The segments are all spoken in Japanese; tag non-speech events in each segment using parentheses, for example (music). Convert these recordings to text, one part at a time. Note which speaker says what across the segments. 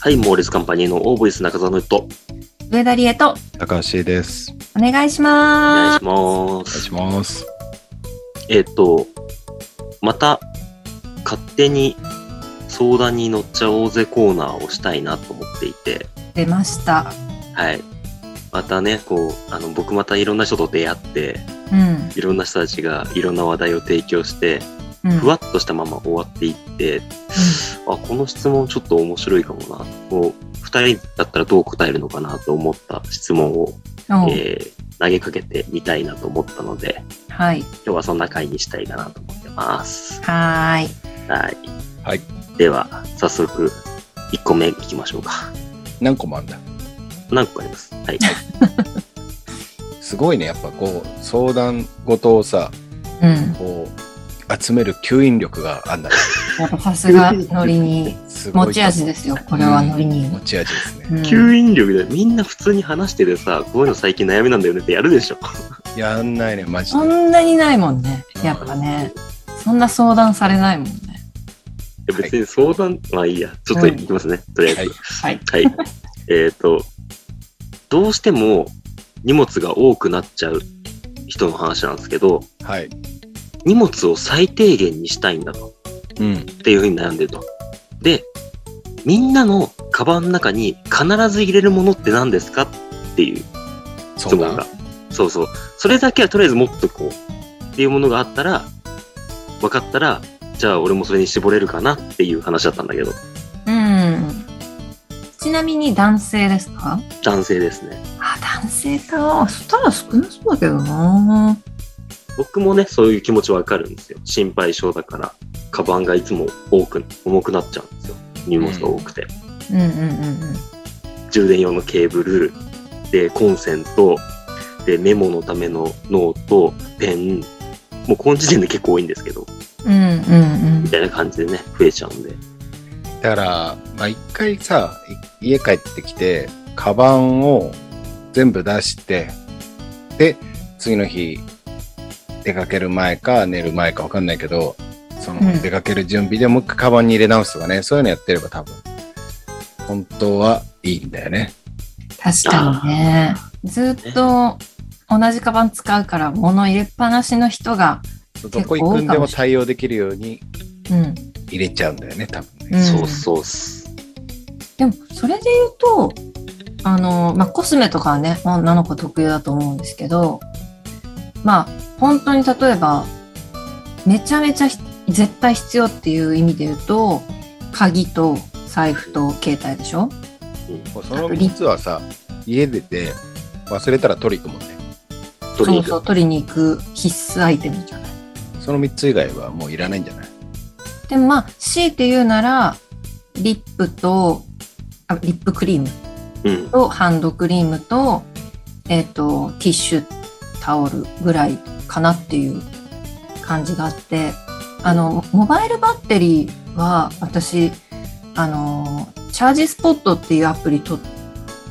Speaker 1: はい、モーレスカンパニーのオーボイス中澤の人、お
Speaker 2: 上田理恵と
Speaker 3: 高橋です。
Speaker 2: お願いし
Speaker 1: 願い
Speaker 2: ます。
Speaker 1: しま
Speaker 3: お願い
Speaker 1: す。
Speaker 3: します。
Speaker 1: えっ、と、また、勝手に相談に乗っちゃおうぜコーナーをしたいなと思っていて、
Speaker 2: 出ました。
Speaker 1: はい。またね、こう、あの、僕またいろんな人と出会って、
Speaker 2: うん。
Speaker 1: いろんな人たちがいろんな話題を提供して、
Speaker 2: うん、
Speaker 1: ふわっとしたまま終わっていって、あ、この質問ちょっと面白いかもな。こう、二人だったらどう答えるのかなと思った質問を、
Speaker 2: うん、
Speaker 1: えー投げかけてみたいなと思ったので、
Speaker 2: はい。
Speaker 1: 今日はそんな回にしたいかなと思ってます。
Speaker 2: はーい。
Speaker 1: はい。
Speaker 3: はい。
Speaker 1: では、早速、1個目いきましょうか。
Speaker 3: 何個もあんだ。
Speaker 1: 何個かあります。はい。
Speaker 3: すごいね。やっぱこう、相談事をさ、
Speaker 2: うん。
Speaker 3: こう、集める吸引力があんだね。
Speaker 2: やっぱさすがノリに、
Speaker 3: すごい。
Speaker 2: 持ち味ですよ。これはノリに。
Speaker 3: 持ち味ですね。
Speaker 2: うん
Speaker 1: 吸引力で、みんな普通に話しててさ、こういうの最近悩みなんだよねってやるでしょ。
Speaker 3: やんないね、マジ
Speaker 2: そ
Speaker 3: で。
Speaker 2: んなにないもんね。やっぱね。そんな相談されないもんね。
Speaker 1: いや別に相談、まあいいや。ちょっといきますね。とりあえず。
Speaker 3: はい。
Speaker 2: はい。
Speaker 1: はい。えっと、どうしても荷物が多くなっちゃう人の話なんですけど、
Speaker 3: はい。
Speaker 1: 荷物を最低限にしたいんだと。
Speaker 3: うん。
Speaker 1: っていうふうに悩んでると。で、みんなのカバンの中に必ず入れるものって何ですかっていう
Speaker 3: そ
Speaker 1: 質
Speaker 3: う
Speaker 1: 問
Speaker 3: だ
Speaker 1: が。。そうそう。それだけはとりあえず持っとこうっていうものがあったら、分かったら、じゃあ俺もそれに絞れるかなっていう話だったんだけど、
Speaker 2: うん。ちなみに男性ですか
Speaker 1: 男性ですね。
Speaker 2: あ、男性か。そしたら少なそうだけどな。
Speaker 1: 僕もね、そういう気持ちわかるんですよ。心配性だから、カバンがいつも多く、重くなっちゃうんですよ。荷物が多くて。
Speaker 2: うんうんうんうん。
Speaker 1: 充電用のケーブル、で、コンセント、で、メモのためのノート、ペン、もうこの時点で結構多いんですけど、
Speaker 2: うんうん
Speaker 1: みたいな感じでね、増えちゃうんで。
Speaker 3: だから、まあ、一回さ、い家帰ってきて、カバンを全部出して、で、次の日、出かける前か寝る前かわかんないけど、その
Speaker 2: うん
Speaker 3: 出かける準備でもう一回カバンに入れ直すとかね、そういうのやってれば多分、本当はいいんだよね。
Speaker 2: 確かにね。ずっと同じカバン使うから物入れっぱなしの人が、
Speaker 3: どこ行くんでも対応できるように
Speaker 2: うん。
Speaker 3: 入れちゃうんだよね、多分
Speaker 2: う
Speaker 3: ね。
Speaker 2: ん
Speaker 1: そうそうっす。
Speaker 2: でもそれで言うと、あの、まあ、コスメとかはね、女の子特有だと思うんですけど、まあ、本当に例えば、めちゃめちゃひ絶対必要っていう意味で言うと、鍵と財布と携帯でしょ
Speaker 3: もうその3つはさ、家出て忘れたら取り行くもんね。
Speaker 1: 取りに
Speaker 2: そ
Speaker 1: 行
Speaker 2: うそう、取りに行く必須アイテムじゃない。
Speaker 3: その3つ以外はもういらないんじゃない
Speaker 2: でもまあ、強いて言うなら、リップと、あリップクリーム
Speaker 1: く。うん。
Speaker 2: とハンドクリームと、えっ、と、ティッシュ、タオルぐらいかなっていう感じがあって、あの、モバイルバッテリーは私、あの、チャージスポットっていうアプリ取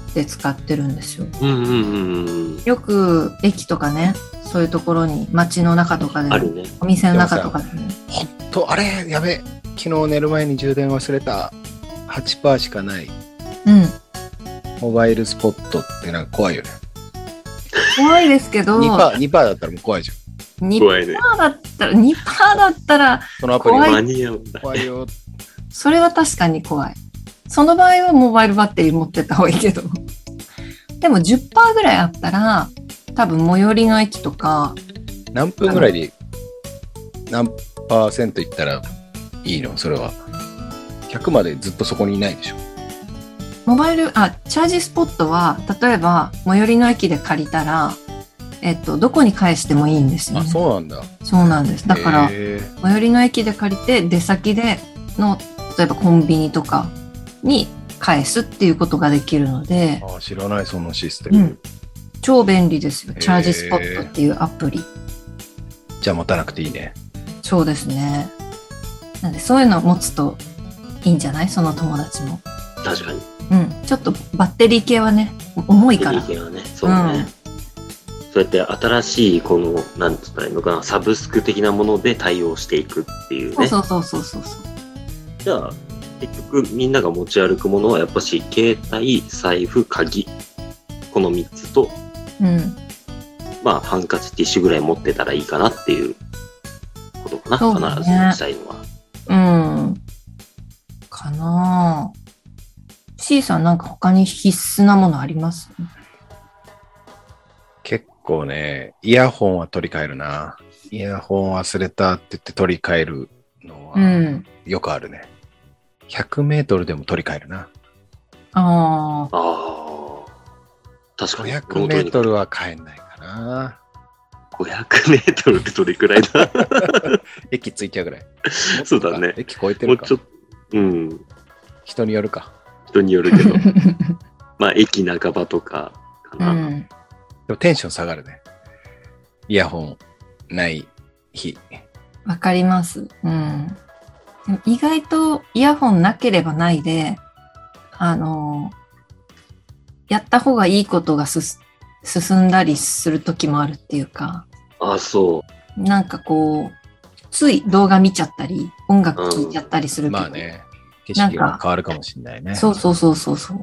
Speaker 2: って使ってるんですよ。
Speaker 1: うんうんうんうん。
Speaker 2: よく駅とかね、そういうところに街の中とかで
Speaker 1: あ
Speaker 2: も、
Speaker 1: るね。
Speaker 2: お店の中とかでも、
Speaker 3: ほんと、あれやべ昨日寝る前に充電忘れた。8%しかない。
Speaker 2: うん、
Speaker 3: モバイルスポットってなんか怖いよね。
Speaker 2: 怖いですけど、
Speaker 3: 2%、2%だったらもう怖いじゃん。
Speaker 2: 2%
Speaker 1: 怖いね。
Speaker 2: だったら、2%だったら、
Speaker 3: そのアプリ
Speaker 2: 怖い
Speaker 1: 間に合うんだ。
Speaker 3: 怖いよ。
Speaker 2: それは確かに怖い。その場合はモバイルバッテリー持ってった方がいいけど。 (laughs) でも10%ぐらいあったら、多分最寄りの駅とか、
Speaker 3: 何分ぐらいで何パーセントいったらいいのそれは。100までずっとそこにいないでしょ。
Speaker 2: モバイル、あ、チャージスポットは、例えば最寄りの駅で借りたら、えっと、どこに返してもいいんですよ、
Speaker 3: あ、
Speaker 2: ね。
Speaker 3: そうなんだ。
Speaker 2: そうなんです。だから、
Speaker 3: へー
Speaker 2: 最寄りの駅で借りて、出先での、例えばコンビニとかに返すっていうことができるので、
Speaker 3: あ知らない、そのシステ
Speaker 2: う
Speaker 3: ム。
Speaker 2: ん。超便利ですよ。
Speaker 3: へー
Speaker 2: チャージスポットっていうアプリ。
Speaker 3: じゃあ持たなくていいね。
Speaker 2: そうですね。なんでそういうのを持つといいんじゃないその友達も。
Speaker 1: 確かに。
Speaker 2: うん。ちょっとバッテリー系はね、重い
Speaker 1: い
Speaker 2: から。
Speaker 1: いはね。そうね。そうやって新しい、この、なんつったらいいのかな、サブスク的なもので対応していくっていう
Speaker 2: そう
Speaker 1: ね。
Speaker 2: そうそうそうそうそう。
Speaker 1: じゃあ、結局みんなが持ち歩くものはやっぱし携帯財布鍵この3つと
Speaker 2: うん。
Speaker 1: まあハンカチティッシュぐらい持ってたらいいかなっていうことか
Speaker 2: そう
Speaker 1: な、
Speaker 2: だね
Speaker 1: 必ずしたいのは。
Speaker 2: うん。かなぁ。C さんなんか他に必須なものあります
Speaker 3: 結構ね、イヤホンは取り替えるな。イヤホン忘れたって言って取り替えるの
Speaker 2: う
Speaker 3: は
Speaker 2: ん。
Speaker 3: よくあるね。100メートルでも取り替えるな。
Speaker 2: ああ。
Speaker 1: ああ。確かに。
Speaker 3: 500メートルは帰んないかな。
Speaker 1: 500メートルってどれくらいだ
Speaker 3: 駅着いちゃうぐらい。
Speaker 1: (laughs) そうだね
Speaker 3: 駅超えて
Speaker 1: も
Speaker 3: る
Speaker 1: う
Speaker 3: か
Speaker 1: ちょ。っと、うん。
Speaker 3: 人によるか。
Speaker 1: 人によるけ
Speaker 2: (laughs)
Speaker 1: ど。まあ、駅半ばとかか
Speaker 2: う
Speaker 1: な。
Speaker 2: ん。
Speaker 3: でもテンション下がるね。イヤホンない日。
Speaker 2: わかります。うん。でも意外とイヤホンなければないで、あのやった方がいいことがすす進んだりする時もあるっていうか、
Speaker 1: ああ、そ
Speaker 2: なんかこう、つい動画見ちゃったり、音楽聴いちゃったりするけど、
Speaker 3: まあね、景色が変わるかもしれないね。
Speaker 2: そうそうそうそうそう。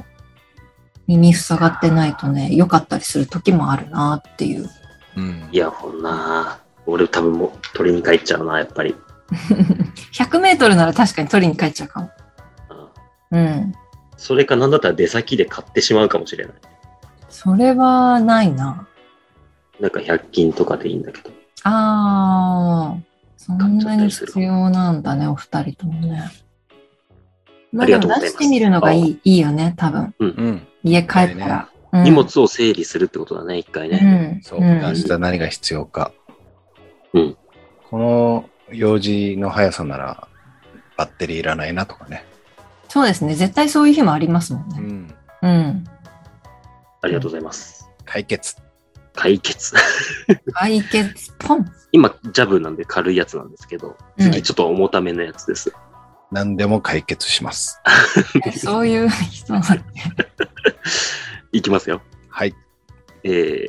Speaker 2: 耳塞がってないとね、良かったりする時もあるなっていう。
Speaker 3: うん
Speaker 1: う。イヤホンな。俺多分もう取りに帰っちゃうな、やっぱり。
Speaker 2: 100メートルなら確かに取りに帰っちゃうかも。
Speaker 1: うん
Speaker 2: うん。
Speaker 1: それかなんだったら出先で買ってしまうかもしれない。
Speaker 2: それはないな。
Speaker 1: なんか100均とかでいいんだけど。
Speaker 2: ああ、そんなに
Speaker 1: 買っちゃったりする
Speaker 2: 必要なんだね、お二人ともね。
Speaker 1: あ
Speaker 2: まあ
Speaker 1: り
Speaker 2: で
Speaker 1: がとう
Speaker 2: も
Speaker 1: ございま
Speaker 2: 出
Speaker 1: す
Speaker 2: してみるのがいいいいよね、多分。
Speaker 3: うん。
Speaker 2: 家帰ったら。うん
Speaker 1: 荷物を整理するってことだね、一回
Speaker 2: う
Speaker 1: ね。
Speaker 2: ん。
Speaker 3: そう、
Speaker 2: う
Speaker 3: 明
Speaker 2: ん。
Speaker 3: 日何が必要か。
Speaker 1: うん
Speaker 3: この用事の速さならバッテリーいらないなとかね。
Speaker 2: そうですね、絶対そういう日もありますもんね。
Speaker 3: ん。
Speaker 2: うん。
Speaker 1: ありがとうございます。
Speaker 3: 解決。
Speaker 1: 解決。 (laughs)
Speaker 2: 解決、ポン。
Speaker 1: 今、ジャブなんで軽いやつなんですけど、
Speaker 2: うん
Speaker 1: 次ちょっと重ためのやつです。
Speaker 3: 何でも解決します。
Speaker 2: そういう人なんで。
Speaker 1: いきますよ。
Speaker 3: はい。
Speaker 1: えー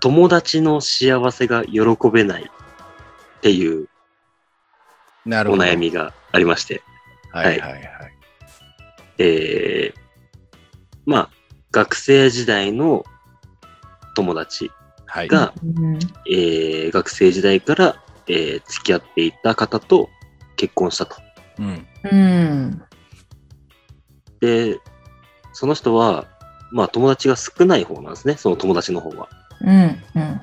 Speaker 1: 友達の幸せが喜べないっていう
Speaker 3: なる
Speaker 1: お
Speaker 3: ほど。
Speaker 1: 悩。みがありまして、
Speaker 3: はいはいはい。
Speaker 1: えーまあ、学生時代の友達
Speaker 3: はい。
Speaker 1: が、
Speaker 2: うん
Speaker 1: えー学生時代から、えー付き合っていた方と結婚したと。
Speaker 3: うん。
Speaker 2: うん。
Speaker 1: で、その人は、まあ友達が少ない方なんですね、その友達の方は。
Speaker 2: うん。うん。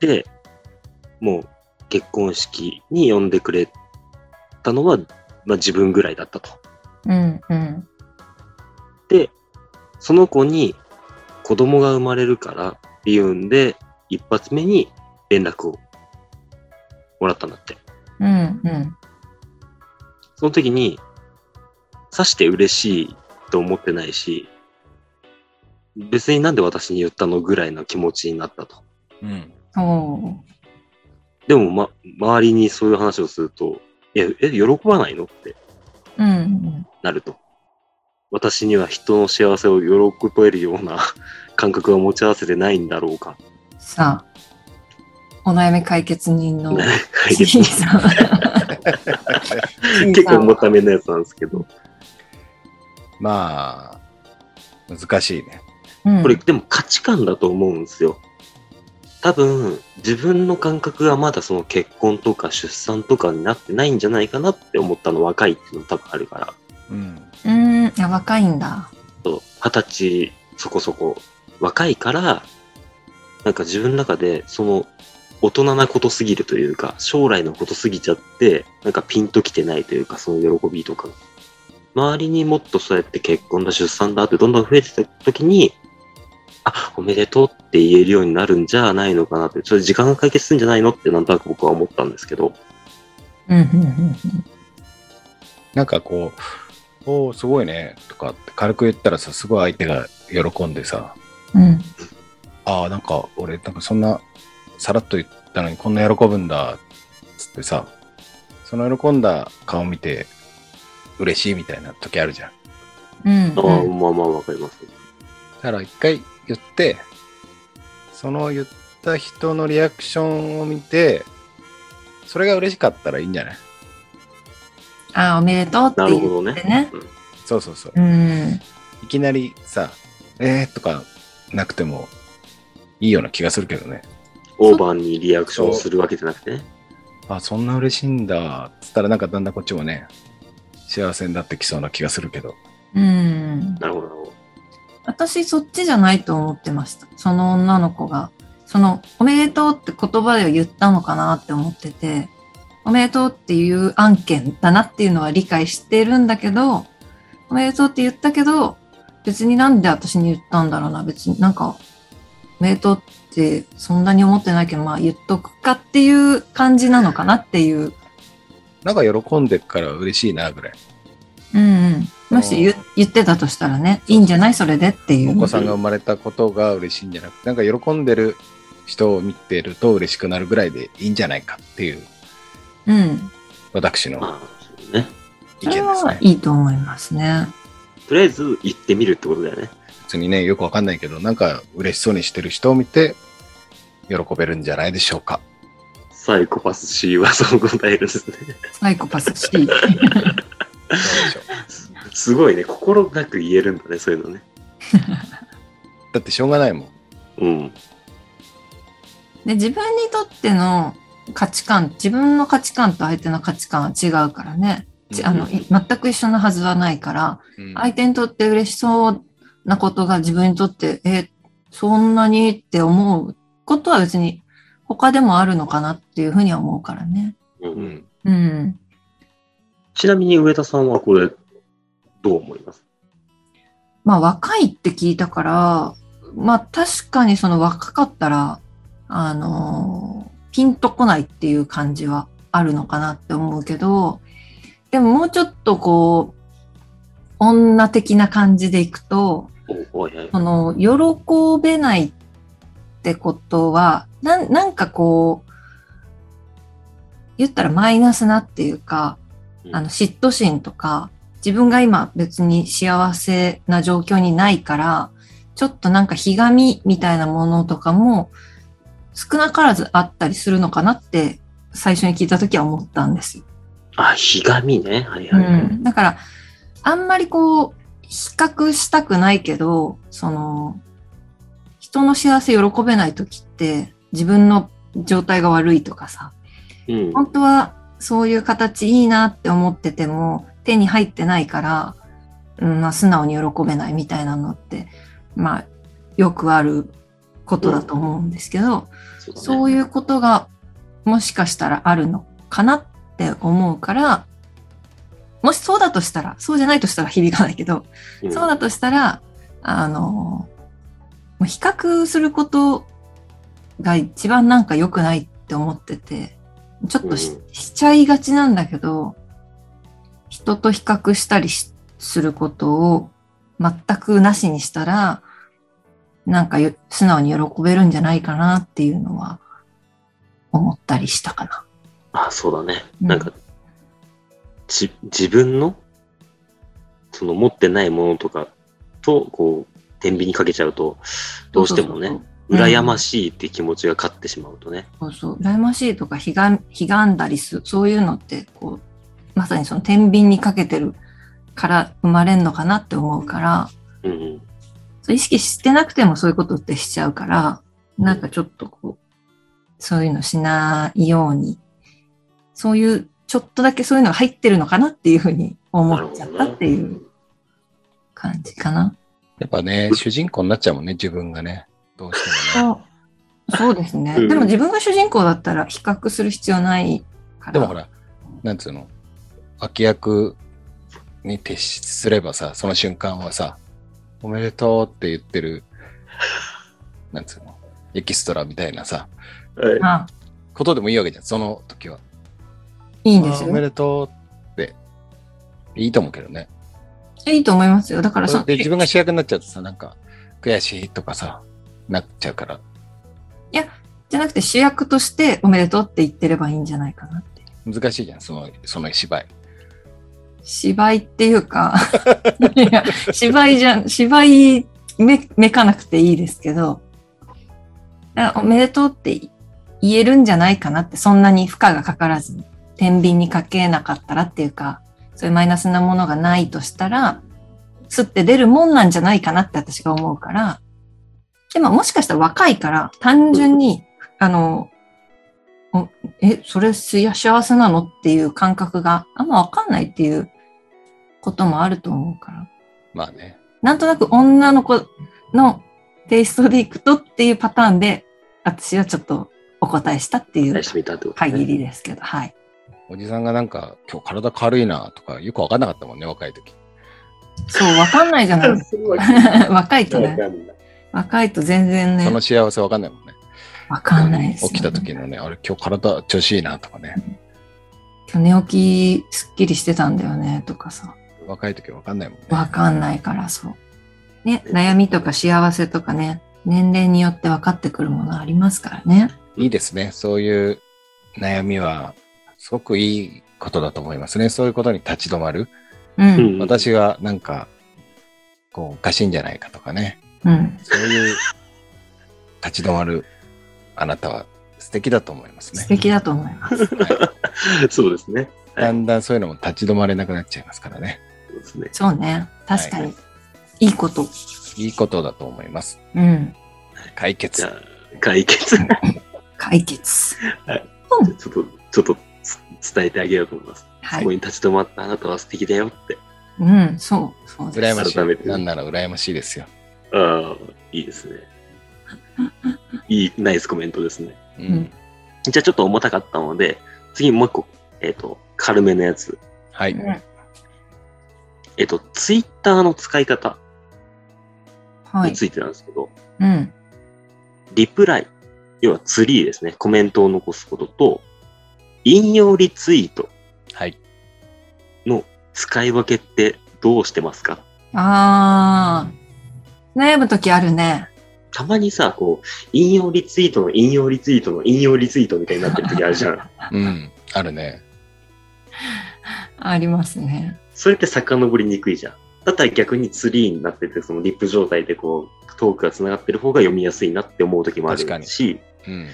Speaker 1: で、もう結婚式に呼んでくれたのは、まあ自分ぐらいだったと。
Speaker 2: うん。うん。
Speaker 1: で、その子に子供が生まれるからっていうんで、一発目に連絡をもらったんだって。
Speaker 2: うん。うん。
Speaker 1: その時に、刺して嬉しいと思ってないし、別になんで私に言ったのぐらいの気持ちになったと。
Speaker 3: うん。
Speaker 2: おー
Speaker 1: でも、ま、周りにそういう話をすると、え、え、喜ばないのって
Speaker 2: うん。うん。
Speaker 1: なると。私には人の幸せを喜べるような (laughs) 感覚は持ち合わせてないんだろうか。
Speaker 2: さあ、お悩み解決人の。
Speaker 1: 解決
Speaker 2: (laughs) 小さな
Speaker 1: 結構重ためのやつなんですけど。
Speaker 3: まあ、難しいね。
Speaker 2: うん
Speaker 1: これ、でも価値観だと思うんですよ。多分、自分の感覚がまだその結婚とか出産とかになってないんじゃないかなって思ったの若いっていうのも多分あるから。
Speaker 3: うん。
Speaker 2: うん、いや、若いんだ。
Speaker 1: そう二十歳そこそこ若いから、なんか自分の中でその大人なことすぎるというか、将来のことすぎちゃって、なんかピンときてないというか、その喜びとか。周りにもっとそうやって結婚だ、出産だってどんどん増えてた時に、あ、おめでとうって言えるようになるんじゃないのかなって、ちょっと時間が解決するんじゃないのってなんとなく僕は思ったんですけど、
Speaker 2: うん、うん、うん。
Speaker 3: なんかこう、おお、すごいね、とかって軽く言ったらさ、すごい相手が喜んでさ、
Speaker 2: うん、
Speaker 3: ああ、なんか俺、なんかそんな、さらっと言ったのにこんな喜ぶんだ、つってさ、その喜んだ顔見て、嬉しいみたいな時あるじゃ
Speaker 2: う
Speaker 3: ん。
Speaker 2: ん、
Speaker 1: ああ、まあまあわかります。
Speaker 3: だから一回言って、その言った人のリアクションを見て、それが嬉しかったらいいんじゃない
Speaker 2: ああ、おめでとうって
Speaker 1: なるほ
Speaker 2: 言
Speaker 1: ど
Speaker 2: って
Speaker 1: ね。
Speaker 2: ね。
Speaker 1: うん
Speaker 3: そうそうそう。
Speaker 2: うん。
Speaker 3: いきなりさ、えーとかなくてもいいような気がするけどね。
Speaker 1: オーバーにリアクションするわけじゃなくてね。
Speaker 3: あ、そんな嬉しいんだ。つったらなんかだんだんこっちもね、幸せになってきそうな気がするけど。
Speaker 2: うん。
Speaker 1: なるほど、なるほど。
Speaker 2: 私、そっちじゃないと思ってました。その女の子が。その、おめでとうって言葉で言ったのかなって思ってて、おめでとうっていう案件だなっていうのは理解してるんだけど、おめでとうって言ったけど、別になんで私に言ったんだろうな。別になんか、おめでとうってそんなに思ってないけど、まあ言っとくかっていう感じなのかなっていう
Speaker 3: なんか喜んでっから嬉しいなぐらい。
Speaker 2: うんうん、もし言言ってたとしたらね、いいんじゃないそれでってい
Speaker 3: お
Speaker 2: う
Speaker 3: 子。さんが生まれたことが嬉しいんじゃなくて、なんか喜んでる人を見てると嬉しくなるぐらいでいいんじゃないかっていう
Speaker 2: うん。
Speaker 3: 私の
Speaker 1: まあ、そうね。
Speaker 3: 意
Speaker 2: それ
Speaker 3: 見です
Speaker 2: は
Speaker 3: ね。
Speaker 2: いいと思いますね。
Speaker 1: とりあえず行ってみるってことだよね。
Speaker 3: 別にね、よくわかんないけど、なんか嬉しそうにしてる人を見て喜べるんじゃないでしょうか。
Speaker 1: サイコパス C はそう答えるんですね。
Speaker 2: サイコパス C。
Speaker 3: どうでしょう。
Speaker 1: すすごいね。心なく言えるんだね、そういうのね。
Speaker 3: だってしょうがないもん。
Speaker 1: うん。
Speaker 2: で自分にとっての価値観、自分の価値観と相手の価値観は違うからね。ちあのい全く一緒なはずはないから、
Speaker 3: うん
Speaker 2: 相手にとって嬉しそうなことが自分にとって、え、そんなにって思うことは別に他でもあるのかなっていうふうには思うからね。
Speaker 1: うん
Speaker 3: う
Speaker 1: うんん、
Speaker 2: うん。
Speaker 1: ちなみに上田さんはこれ、どう思います
Speaker 2: まあ若いって聞いたから、まあ確かにその若かったら、あのーピンとこないっていう感じはあるのかなって思うけど、でももうちょっとこう、女的な感じでいくと、
Speaker 1: おはいはい
Speaker 2: その、喜べないってことは、なんなんかこう、言ったらマイナスなっていうか、
Speaker 1: うん
Speaker 2: あの嫉妬心とか自分が今別に幸せな状況にないからちょっとなんかひがみみたいなものとかも少なからずあったりするのかなって最初に聞いた時は思ったんですよ。
Speaker 1: あ、ひがみね。はいうはいはい。
Speaker 2: ん、だからあんまりこう比較したくないけどその人の幸せ喜べない時って自分の状態が悪いとかさ
Speaker 1: うん
Speaker 2: 本当はそういう形いいなって思ってても手に入ってないから、うんまあ、素直に喜べないみたいなのって、まあ、よくあることだと思うんですけど、
Speaker 1: そうだね
Speaker 2: そういうことがもしかしたらあるのかなって思うからもしそうだとしたらそうじゃないとしたら響かないけど、
Speaker 1: うん
Speaker 2: そうだとしたら、あの、もう比較することが一番なんか良くないって思ってて、ちょっとし,、
Speaker 1: う
Speaker 2: ちゃいがちなんだけど、人と比較したりしすることを全くなしにしたら、なんかよ素直に喜べるんじゃないかなっていうのは思ったりしたかな。
Speaker 1: あ、そうだね。
Speaker 2: うん
Speaker 1: なんか、じ、自分の、その持ってないものとかと、こう、天秤にかけちゃうと、どうしてもね、
Speaker 2: そうそう
Speaker 1: 羨ましいって気持ちが勝ってしまうとね。
Speaker 2: そうそう、羨ましいとか、ひがん、ひがんだりす、そういうのって、こう、まさにその天秤にかけてるから生まれんのかなって思うから、
Speaker 1: うんうん。
Speaker 2: そう意識してなくてもそういうことってしちゃうから、なんかちょっとこう、そういうのしないように、そういう、ちょっとだけそういうのが入ってるのかなっていうふうに思っちゃったっていう感じかな。
Speaker 3: やっぱね、主人公になっちゃうもんね、自分がね。どうしてもね。
Speaker 2: そうそうですね。
Speaker 1: うん
Speaker 2: でも自分が主人公だったら比較する必要ないから。
Speaker 3: でもほら、なんつうの、脇役に徹すればさ、その瞬間はさ、おめでとうって言ってる、なんつうの、エキストラみたいなさ、
Speaker 1: はい
Speaker 2: まあ、
Speaker 3: ことでもいいわけじゃん、その時は。
Speaker 2: いいんです
Speaker 3: あーお
Speaker 2: よ
Speaker 3: め。でとうって、いいと思うけどね。
Speaker 2: いいと思いますよ。だからそ、
Speaker 3: で、
Speaker 2: い
Speaker 3: 自分が主役になっちゃうとさ、なんか、悔しいとかさ、なっちゃうから。
Speaker 2: じゃなくて主役としておめでとうって言ってればいいんじゃないかなって。
Speaker 3: 難しいじゃん、その、その芝居。
Speaker 2: 芝居っていう
Speaker 3: (laughs)
Speaker 2: か、いや、 (laughs) 芝居じゃん、芝居め、めかなくていいですけど、だからおめでとうって言えるんじゃないかなって、そんなに負荷がかからずに、天秤にかけなかったらっていうか、そういうマイナスなものがないとしたら、すって出るもんなんじゃないかなって私が思うから、でももしかしたら若いから、単純に、あの、おえ、それすや幸せなのっていう感覚があんまわかんないっていうこともあると思うから、
Speaker 3: まあね。
Speaker 2: なんとなく女の子のテイストでいくとっていうパターンで、私はちょっとお答えしたってい
Speaker 1: 出
Speaker 2: う
Speaker 1: してみたってこと、ね。
Speaker 2: 限りですけど、はい。
Speaker 3: おじさんがなんか、今日体軽いなとか、よくわかんなかったもんね、若い時。
Speaker 2: そう、わかんないじゃない
Speaker 3: (laughs)
Speaker 2: です
Speaker 1: すごい。
Speaker 2: か。若いとね。
Speaker 1: わかんない
Speaker 2: 若いと全然
Speaker 3: そ
Speaker 2: ね
Speaker 3: の、幸せわかんないもんね。
Speaker 2: わかんないです、ね。
Speaker 3: 起きた時のね、あれ、今日体調子いいなとかね。
Speaker 2: 今日寝起きすっきりしてたんだよねとかさ、
Speaker 3: 若い時わかんないもんね。
Speaker 2: わかんないからそう。ね、悩みとか幸せとかね、年齢によって分かってくるものありますからね。
Speaker 3: いいですね。そういう悩みは、すごくいいことだと思いますね。そういうことに立ち止まる。
Speaker 2: うん、
Speaker 1: うん
Speaker 3: 私がなんか、こう、おかしいんじゃないかとかね。
Speaker 2: うん。
Speaker 3: そういう、立ち止まるあなたは素敵だと思いますね。
Speaker 2: 素敵だと思います。
Speaker 3: はい
Speaker 1: そうですね。
Speaker 3: だんだんそういうのも立ち止まれなくなっちゃいますからね。
Speaker 1: そうですね。
Speaker 2: そうね。確かに。い、いこと。
Speaker 3: いいことだと思います。
Speaker 2: うん。
Speaker 3: 解
Speaker 1: じ
Speaker 3: 決
Speaker 1: ゃ。あ、解決。ち
Speaker 2: 解決。
Speaker 1: ょっと、ちょっとつ伝えてあげようと思います。
Speaker 2: は
Speaker 1: そこ
Speaker 2: い。
Speaker 1: に立ち止まったあなたは素敵だよって。
Speaker 2: うん、そう、そうです。
Speaker 3: 羨まし
Speaker 1: 改めて
Speaker 3: い。なんなら羨ましいですよ。
Speaker 1: ああ、いいですね。いい、ナイスコメントですね。
Speaker 3: うんん。
Speaker 1: じゃあちょっと重たかったので、次もう一個、えっ、と、軽めのやつ。
Speaker 3: はい。
Speaker 2: うん
Speaker 1: えっ、と、ツイッターの使い方
Speaker 2: は
Speaker 1: に
Speaker 2: い。
Speaker 1: ついてなんですけど、
Speaker 2: うん。
Speaker 1: リプライ、要はツリーですね、コメントを残すことと、引用リツイート
Speaker 3: はい。
Speaker 1: の使い分けってどうしてますか
Speaker 2: あー。悩むときあるね。
Speaker 1: たまにさ、こう、引用リツイートの引用リツイートの引用リツイートみたいになってる時あるじゃ
Speaker 3: (laughs)
Speaker 1: ん。
Speaker 3: うん。あるね。
Speaker 2: ありますね。
Speaker 1: それって遡りにくいじゃん。だったら逆にツリーになってて、そのリップ状態でこう、トークが繋がってる方が読みやすいなって思う時もあ
Speaker 3: 確か
Speaker 1: る
Speaker 3: に
Speaker 1: し、
Speaker 3: うん。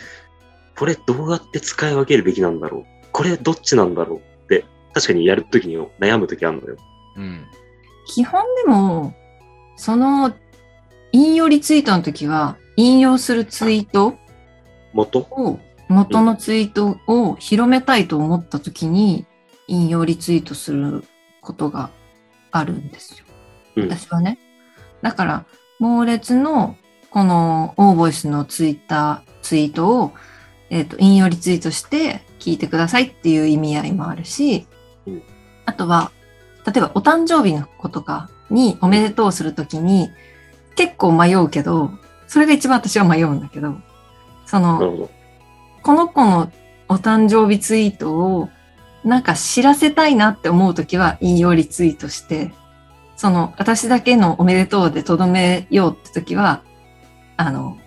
Speaker 1: これどうやって使い分けるべきなんだろうこれどっちなんだろうって、確かにやるときに悩むときあるのよ。
Speaker 3: うん。
Speaker 2: 基本でも、その、引用リツイートの時は、引用するツイート
Speaker 1: 元
Speaker 2: を、元のツイートを広めたいと思った時に、引用リツイートすることがあるんですよ。
Speaker 1: うん
Speaker 2: 私はね。だから、猛烈の、この、オーボイスのツイッター、ツイートを、えっ、と、引用リツイートして、聞いてくださいっていう意味合いもあるし、
Speaker 1: うん
Speaker 2: あとは、例えばお誕生日の子とかにおめでとうするときに結構迷うけど、それが一番私は迷うんだけど、そ
Speaker 1: なる
Speaker 2: の、
Speaker 1: ほど。
Speaker 2: この子のお誕生日ツイートをなんか知らせたいなって思うときは引用リツイートして、その私だけのおめでとうでとどめようってときは、あの、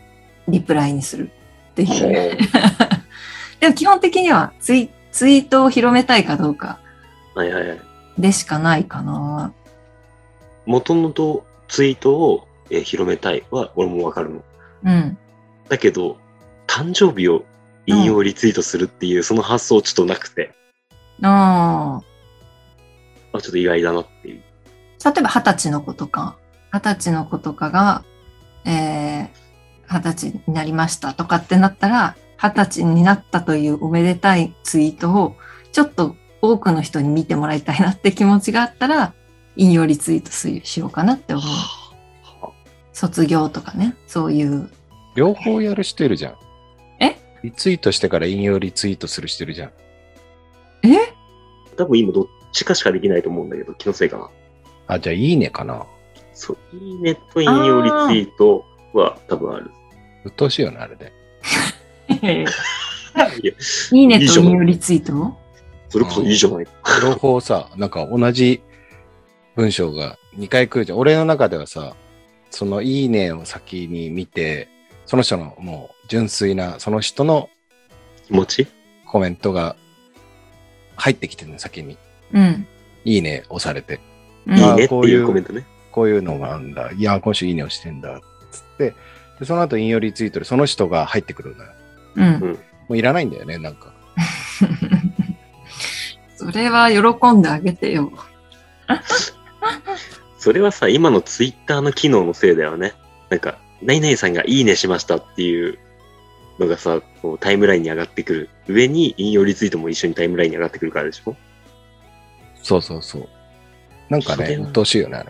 Speaker 2: リプライにするっていう。でも基本的にはツイツイートを広めたいかどうか
Speaker 1: はいはいはい。
Speaker 2: でしかないかな。
Speaker 1: 元のとツイートを、えー広めたいは俺もわかるの。
Speaker 2: うん。
Speaker 1: だけど、誕生日を引用リツイートするっていう、その発想ちょっとなくて、
Speaker 2: あ
Speaker 1: あ、ちょっと意外だなっていう。
Speaker 2: あ。例えば二十歳の子とか、二十歳の子とかが、えー、二十歳になりましたとかってなったら、二十歳になったというおめでたいツイートを、ちょっと多くの人に見てもらいたいなって気持ちがあったら、引用リツイートししようかなって思う。
Speaker 1: は
Speaker 2: 卒業とかね、そういう。
Speaker 3: 両方やる人いるじゃん。
Speaker 2: え
Speaker 3: リツイートしてから引用リツイートする人いるじゃん。
Speaker 2: え
Speaker 1: 多分今どっちかしかできないと思うんだけど、気のせいかな。
Speaker 3: あ、じゃあ、いいねかな。
Speaker 1: そう、いいねと引用リツイートは多分ある。
Speaker 3: うっとうしいよな、あれで。
Speaker 1: いや、
Speaker 2: いいね
Speaker 1: いい
Speaker 2: と
Speaker 1: じゃん
Speaker 2: 引用リツイート
Speaker 1: それこそいいじゃないか。
Speaker 3: 両方さ、 (laughs) なんか同じ文章が2回来るじゃん。俺の中ではさ、そのいいねを先に見て、その人のもう純粋な、その人の
Speaker 1: 気持ち
Speaker 3: コメントが入ってきてるの、先に。
Speaker 2: うん。
Speaker 3: いいね押されて。
Speaker 2: うん
Speaker 1: いい
Speaker 3: あ
Speaker 1: ねって
Speaker 3: こうい
Speaker 1: いううコメントね。
Speaker 3: こういうのがあるんだ。いや、今週いいねをしてんだ。つって、でその後引用リツイートでその人が入ってくるのよ。
Speaker 2: うん。
Speaker 3: もういらないんだよね、なんか。
Speaker 2: それは喜んであげてよ。
Speaker 1: それはさ、今のツイッターの機能のせいだよね。なんか、何々さんがいいねしましたっていうのがさ、こうタイムラインに上がってくる。上に引用リツイートも一緒にタイムラインに上がってくるからでしょ
Speaker 3: そうそうそう。なんか
Speaker 1: それ
Speaker 3: ね、
Speaker 1: は
Speaker 3: 鬱陶しいよね、あれ。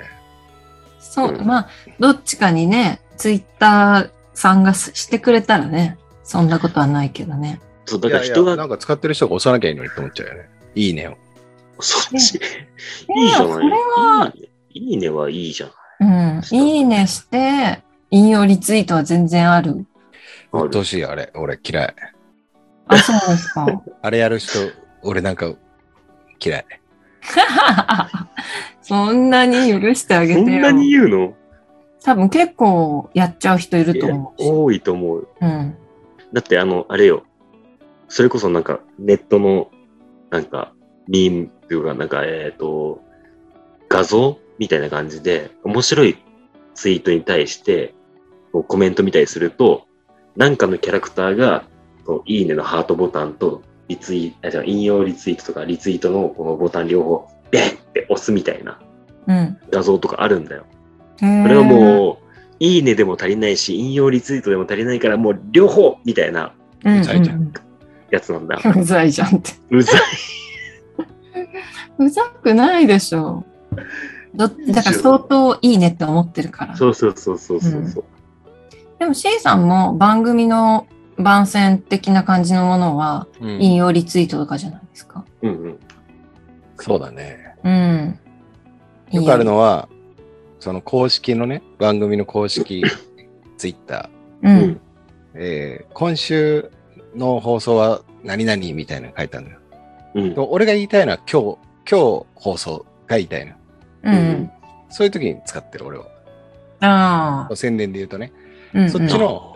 Speaker 2: そう、
Speaker 1: うん
Speaker 2: まあ、どっちかにね、ツイッターさんがすしてくれたらね、そんなことはないけどね。
Speaker 1: そう、だから人
Speaker 3: いやいや
Speaker 1: が、
Speaker 3: なんか使ってる人が押さなきゃいいのにって思っちゃうよね。いいねを。
Speaker 1: そっち、
Speaker 2: ね
Speaker 1: (laughs) いいじゃない
Speaker 2: それはい
Speaker 1: いねいいねはいいじゃん。
Speaker 2: うん、
Speaker 1: そう
Speaker 2: いいねして、引用リツイートは全然ある。
Speaker 1: あ
Speaker 3: 鬱
Speaker 1: る
Speaker 3: 陶しい、あれ。俺嫌い。
Speaker 2: あ、そうです
Speaker 1: (laughs)
Speaker 2: か。
Speaker 3: あれやる人、俺なんか嫌い。
Speaker 2: そんなに許してあげ
Speaker 1: そ
Speaker 2: て
Speaker 1: んなに
Speaker 2: よ。
Speaker 1: 言うの
Speaker 2: 多分結構やっちゃう人いると
Speaker 1: いや
Speaker 2: 思うし。
Speaker 1: 多いと思う。
Speaker 2: うん。
Speaker 1: だってあの、あれよ。それこそなんか、ネットの、なんか、ミームっていうか、なんか、えっ、と、画像みたいな感じで、面白いツイートに対して、こうコメント見たりすると、なんかのキャラクターが、こういいねのハートボタンと、リツイあ、じゃあ引用リツイートとか、リツイートのこのボタン両方、ベンって押すみたいな
Speaker 2: うん。
Speaker 1: 画像とかあるんだよ。
Speaker 2: こ
Speaker 1: これはもう、いいねでも足りないし、引用リツイートでも足りないから、もう両方みたいな
Speaker 2: う、うん
Speaker 3: うざいじゃん
Speaker 1: やつなんだ。
Speaker 2: うんうざいじゃんって。
Speaker 1: うざいう
Speaker 2: ざくないでしょ。どだから相当いいねって思ってるから。
Speaker 1: そうそうそうそうそうそう。
Speaker 2: でも C さんも番組の番宣的な感じのものは
Speaker 3: うん
Speaker 2: 引用リツイートとかじゃないですか。
Speaker 1: うんうん。
Speaker 3: そうだね。
Speaker 2: うん。
Speaker 3: よくあるのは、その公式のね、番組の公式ツイッタ
Speaker 2: う
Speaker 1: うんん。。
Speaker 3: ー、えー今週の放送は何々みたいなの書いたんだよ。
Speaker 1: うん
Speaker 3: で。も俺が言いたいのは今日、今日放送が言いたいな。
Speaker 2: うん。うん
Speaker 3: そういう時に使ってる俺は。
Speaker 2: ああ。
Speaker 3: 宣伝で言うとね、
Speaker 2: うんうん
Speaker 3: そっちの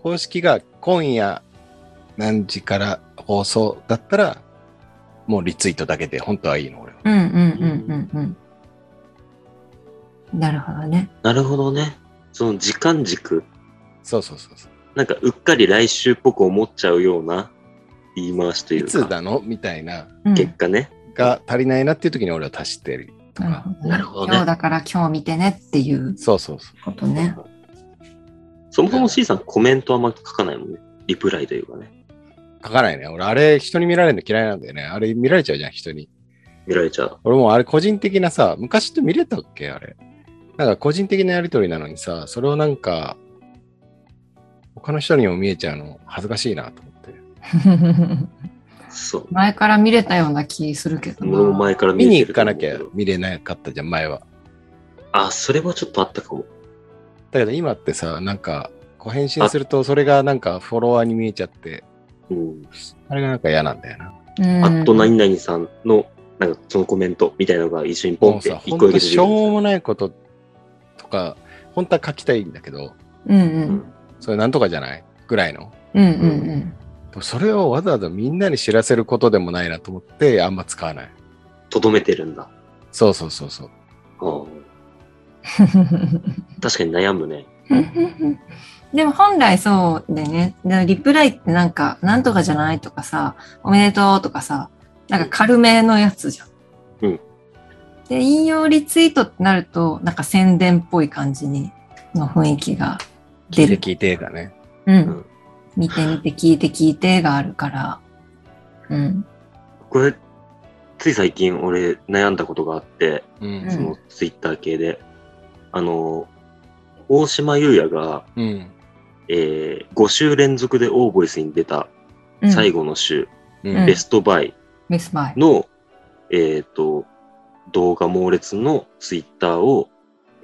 Speaker 3: 公式が今夜何時から放送だったら、もうリツイートだけで本当はいいの俺は。
Speaker 2: うんうんうんうんうん。なるほどね。
Speaker 1: なるほどね。その時間軸、
Speaker 3: そうそうそうそう。
Speaker 1: なんかうっかり来週っぽく思っちゃうような言い回しとい
Speaker 3: いうつ
Speaker 1: か、
Speaker 3: だのみたいな、
Speaker 2: うん
Speaker 1: 結果ね。
Speaker 3: が足りないなっていう時に俺は足してるとか。
Speaker 1: なるほどね
Speaker 2: 今日だから今日見てねっていう
Speaker 3: そうそうそう。
Speaker 2: こ
Speaker 1: (laughs)
Speaker 2: とね。
Speaker 1: そもそも C さんコメントあんま書かないもんね。リプライというかね。
Speaker 3: 書かないね。俺、あれ、人に見られるの嫌いなんだよね。あれ、見られちゃうじゃん、人に。
Speaker 1: 見られちゃう。
Speaker 3: 俺もうあれ、個人的なさ、昔って見れたっけあれ。なんか、個人的なやりとりなのにさ、それをなんか、他の人にも見えちゃうの、恥ずかしいなと思って。
Speaker 1: そう。
Speaker 2: 前から見れたような気するけど
Speaker 1: 俺も
Speaker 2: な。
Speaker 1: 前から見
Speaker 3: 見
Speaker 1: え
Speaker 3: に
Speaker 1: てる
Speaker 3: 行か
Speaker 1: 思
Speaker 3: な
Speaker 1: う
Speaker 3: き
Speaker 1: け
Speaker 3: ゃ
Speaker 1: ど
Speaker 3: 見れなかったじゃん、前は。
Speaker 1: あ、それはちょっとあったかも。
Speaker 3: だけど、今ってさ、なんか、こう返信すると、それがなんか、フォロワーに見えちゃって、
Speaker 1: うん。
Speaker 3: あれがなんか嫌なんだよな。
Speaker 2: うん
Speaker 1: アット何々さんの、なんかそのコメントみたいなのが一緒にポン
Speaker 3: もう
Speaker 1: って
Speaker 3: さ、
Speaker 1: 一
Speaker 3: 本
Speaker 1: 個だ
Speaker 3: 当
Speaker 1: け
Speaker 3: し
Speaker 1: 出てく
Speaker 3: ょう
Speaker 1: る。
Speaker 3: もないこととか、本当は書きたいんだけど、
Speaker 2: うん
Speaker 1: う
Speaker 2: う
Speaker 1: んん
Speaker 3: それなんとかじゃないぐらいの。
Speaker 2: うんうん
Speaker 3: でもそれをわざわざみんなに知らせることでもないなと思って、あんま使わない。
Speaker 1: とどめてるんだ。
Speaker 3: そうそうそうそう。
Speaker 1: うん
Speaker 2: うん。
Speaker 1: 確かに悩むね。
Speaker 2: でも本来そうでね、でリプライってなんか、なんとかじゃないとかさ、おめでとうとかさ、なんか軽めのやつじゃん。
Speaker 1: うん。
Speaker 2: で、引用リツイートってなると、なんか宣伝っぽい感じに、の雰囲気が
Speaker 3: 聞
Speaker 2: 出
Speaker 3: いて
Speaker 2: る。
Speaker 3: 聞いてだね。
Speaker 2: うんん。見て見て聞いて聞いてがあるから。うん。
Speaker 1: これ、つい最近俺悩んだことがあって、
Speaker 3: う
Speaker 1: そ
Speaker 3: ん。
Speaker 1: のツイッター系で、あの、大島優也が、
Speaker 3: うん。
Speaker 1: えー5週連続でオーボイスに出た最
Speaker 2: 後。
Speaker 1: 後の週、
Speaker 3: う
Speaker 2: うん
Speaker 3: ん
Speaker 1: ベ。ストバイ
Speaker 2: メスバイ。
Speaker 1: の、えっ、と、動画猛烈のツイッターを、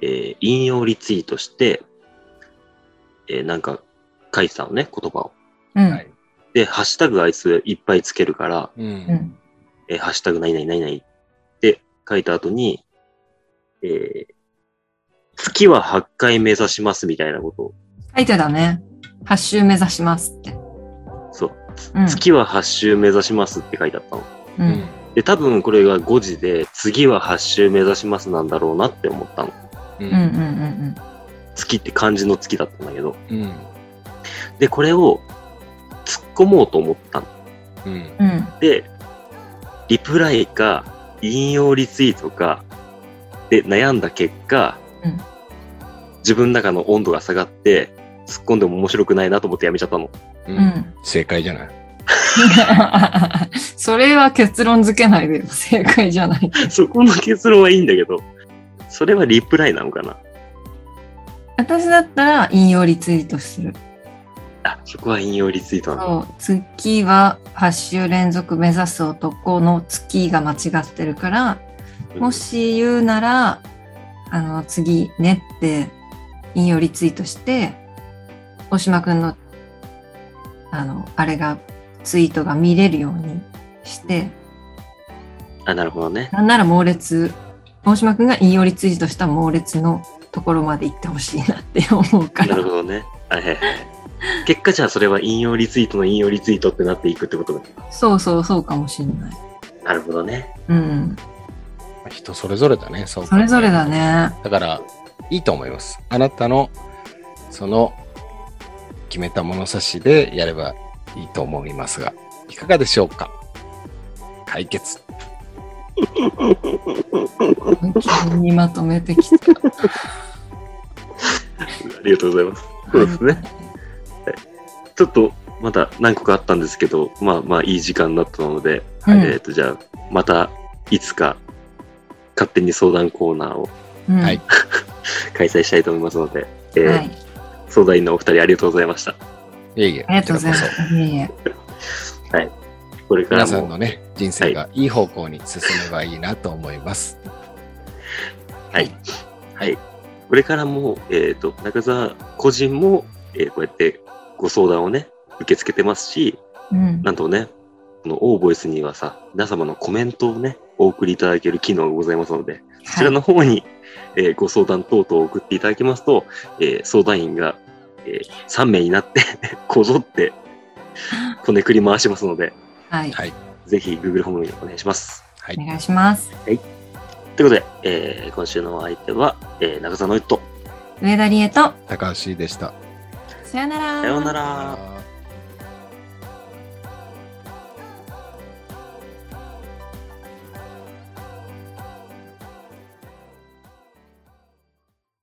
Speaker 1: えー引用リツイートして、えーなんか書いてたのね、言葉を。
Speaker 2: う
Speaker 3: は
Speaker 2: ん。
Speaker 3: い。
Speaker 1: で、ハッシュタグあいついっぱいつけるから、
Speaker 2: う
Speaker 3: う。
Speaker 2: んん。
Speaker 1: えーハッシュタグ何々何々って書いた後に、えー月は8回目指しますみたいなことを
Speaker 2: 書いてたね。8周目指しますって。
Speaker 1: そう、
Speaker 2: うん。
Speaker 1: 月は8周目指しますって書いてあったの。
Speaker 2: う
Speaker 3: うんん。
Speaker 1: で、多分これが5時で、次は8周目指しますなんだろうなって思ったの。
Speaker 3: う
Speaker 2: うんうん
Speaker 3: ん。
Speaker 1: 月って漢字の月だったんだけど。
Speaker 3: うん。
Speaker 1: で、これを突っ込もうと思ったの。
Speaker 3: うん。
Speaker 2: うんうん。
Speaker 1: で、リプライか、引用リツイートか、で、悩んだ結果、
Speaker 2: うん
Speaker 1: 自分の中の温度が下がって、突っ込んでも面白くないなと思ってやめちゃったの。 (laughs)
Speaker 2: う
Speaker 3: う。
Speaker 2: んん。
Speaker 3: 正解じゃない。
Speaker 2: (laughs) それは結論付けないでよ正解じゃない。
Speaker 1: そこの結論はいいんだけど、それはリプライなのかな
Speaker 2: 私だったら引用リツイートする。
Speaker 1: あ、そこは引用リツイートなの。
Speaker 2: そう月は8週連続目指す男の月が間違ってるから、もし言うなら、あの、次ねって引用リツイートして、大島くんの、あの、あれが、ツイートが見れるようにして、
Speaker 1: あ、なるほどね。
Speaker 2: なんなら猛烈、大島くんが引用リツイートした猛烈のところまで行ってほしいなって思うか
Speaker 1: なる。
Speaker 2: ら
Speaker 1: ほどね。はいはいはい。結果じゃあそれは引用リツイートの引用リツイートってなっていくってことだ。
Speaker 2: そうそうそうかもしれない。
Speaker 1: なるほどね。
Speaker 2: うん。
Speaker 3: 人それぞれだね。そう
Speaker 2: それぞれだ。ね。
Speaker 3: だから、いいと思います。あなたの、その、決めた物差しでやればいいと思いますが、いかがでしょうか解決。
Speaker 2: 急にまとめてきた。
Speaker 1: ありがとうございます。そうですね。ちょっとまだ何個かあったんですけど、まあまあいい時間だったので、
Speaker 2: うん
Speaker 1: えっ、と、じゃあまたいつか勝手に相談コーナーを (laughs)
Speaker 2: うん
Speaker 3: はい
Speaker 1: 開催したいと思いますので、えー
Speaker 2: はい。
Speaker 1: 相談員のお二人ありがとうございました。
Speaker 3: いえいえ。
Speaker 2: ありがとうございま
Speaker 3: こちらこそ
Speaker 2: す。いえいえ。
Speaker 1: これか
Speaker 3: 皆
Speaker 1: ら
Speaker 3: さん
Speaker 1: も
Speaker 3: の、ね、人生がいい方向に進めばいいなと思います。
Speaker 1: はい。はい。これからも、えっ、と、中澤個人も、えーこうやってご相談をね、受け付けてますし、
Speaker 2: うん。
Speaker 1: なんとね、このオーボイスにはさ、皆様のコメントをね、お送りいただける機能がございますので、そちらの方に、えーご相談等々を送っていただきますと、えー相談員が、え3名になって、 (laughs) こぞって、こねくり回しますので、
Speaker 2: はい。
Speaker 3: はい。
Speaker 1: ぜひ Google ホームにお願いします。
Speaker 3: はい
Speaker 2: お。願いします。
Speaker 1: ということで、えー今週のお相手は、えー中澤のゆっと、
Speaker 2: 上田理恵と、
Speaker 3: 高橋でした。
Speaker 2: さよなら。
Speaker 1: さようなら。
Speaker 3: あー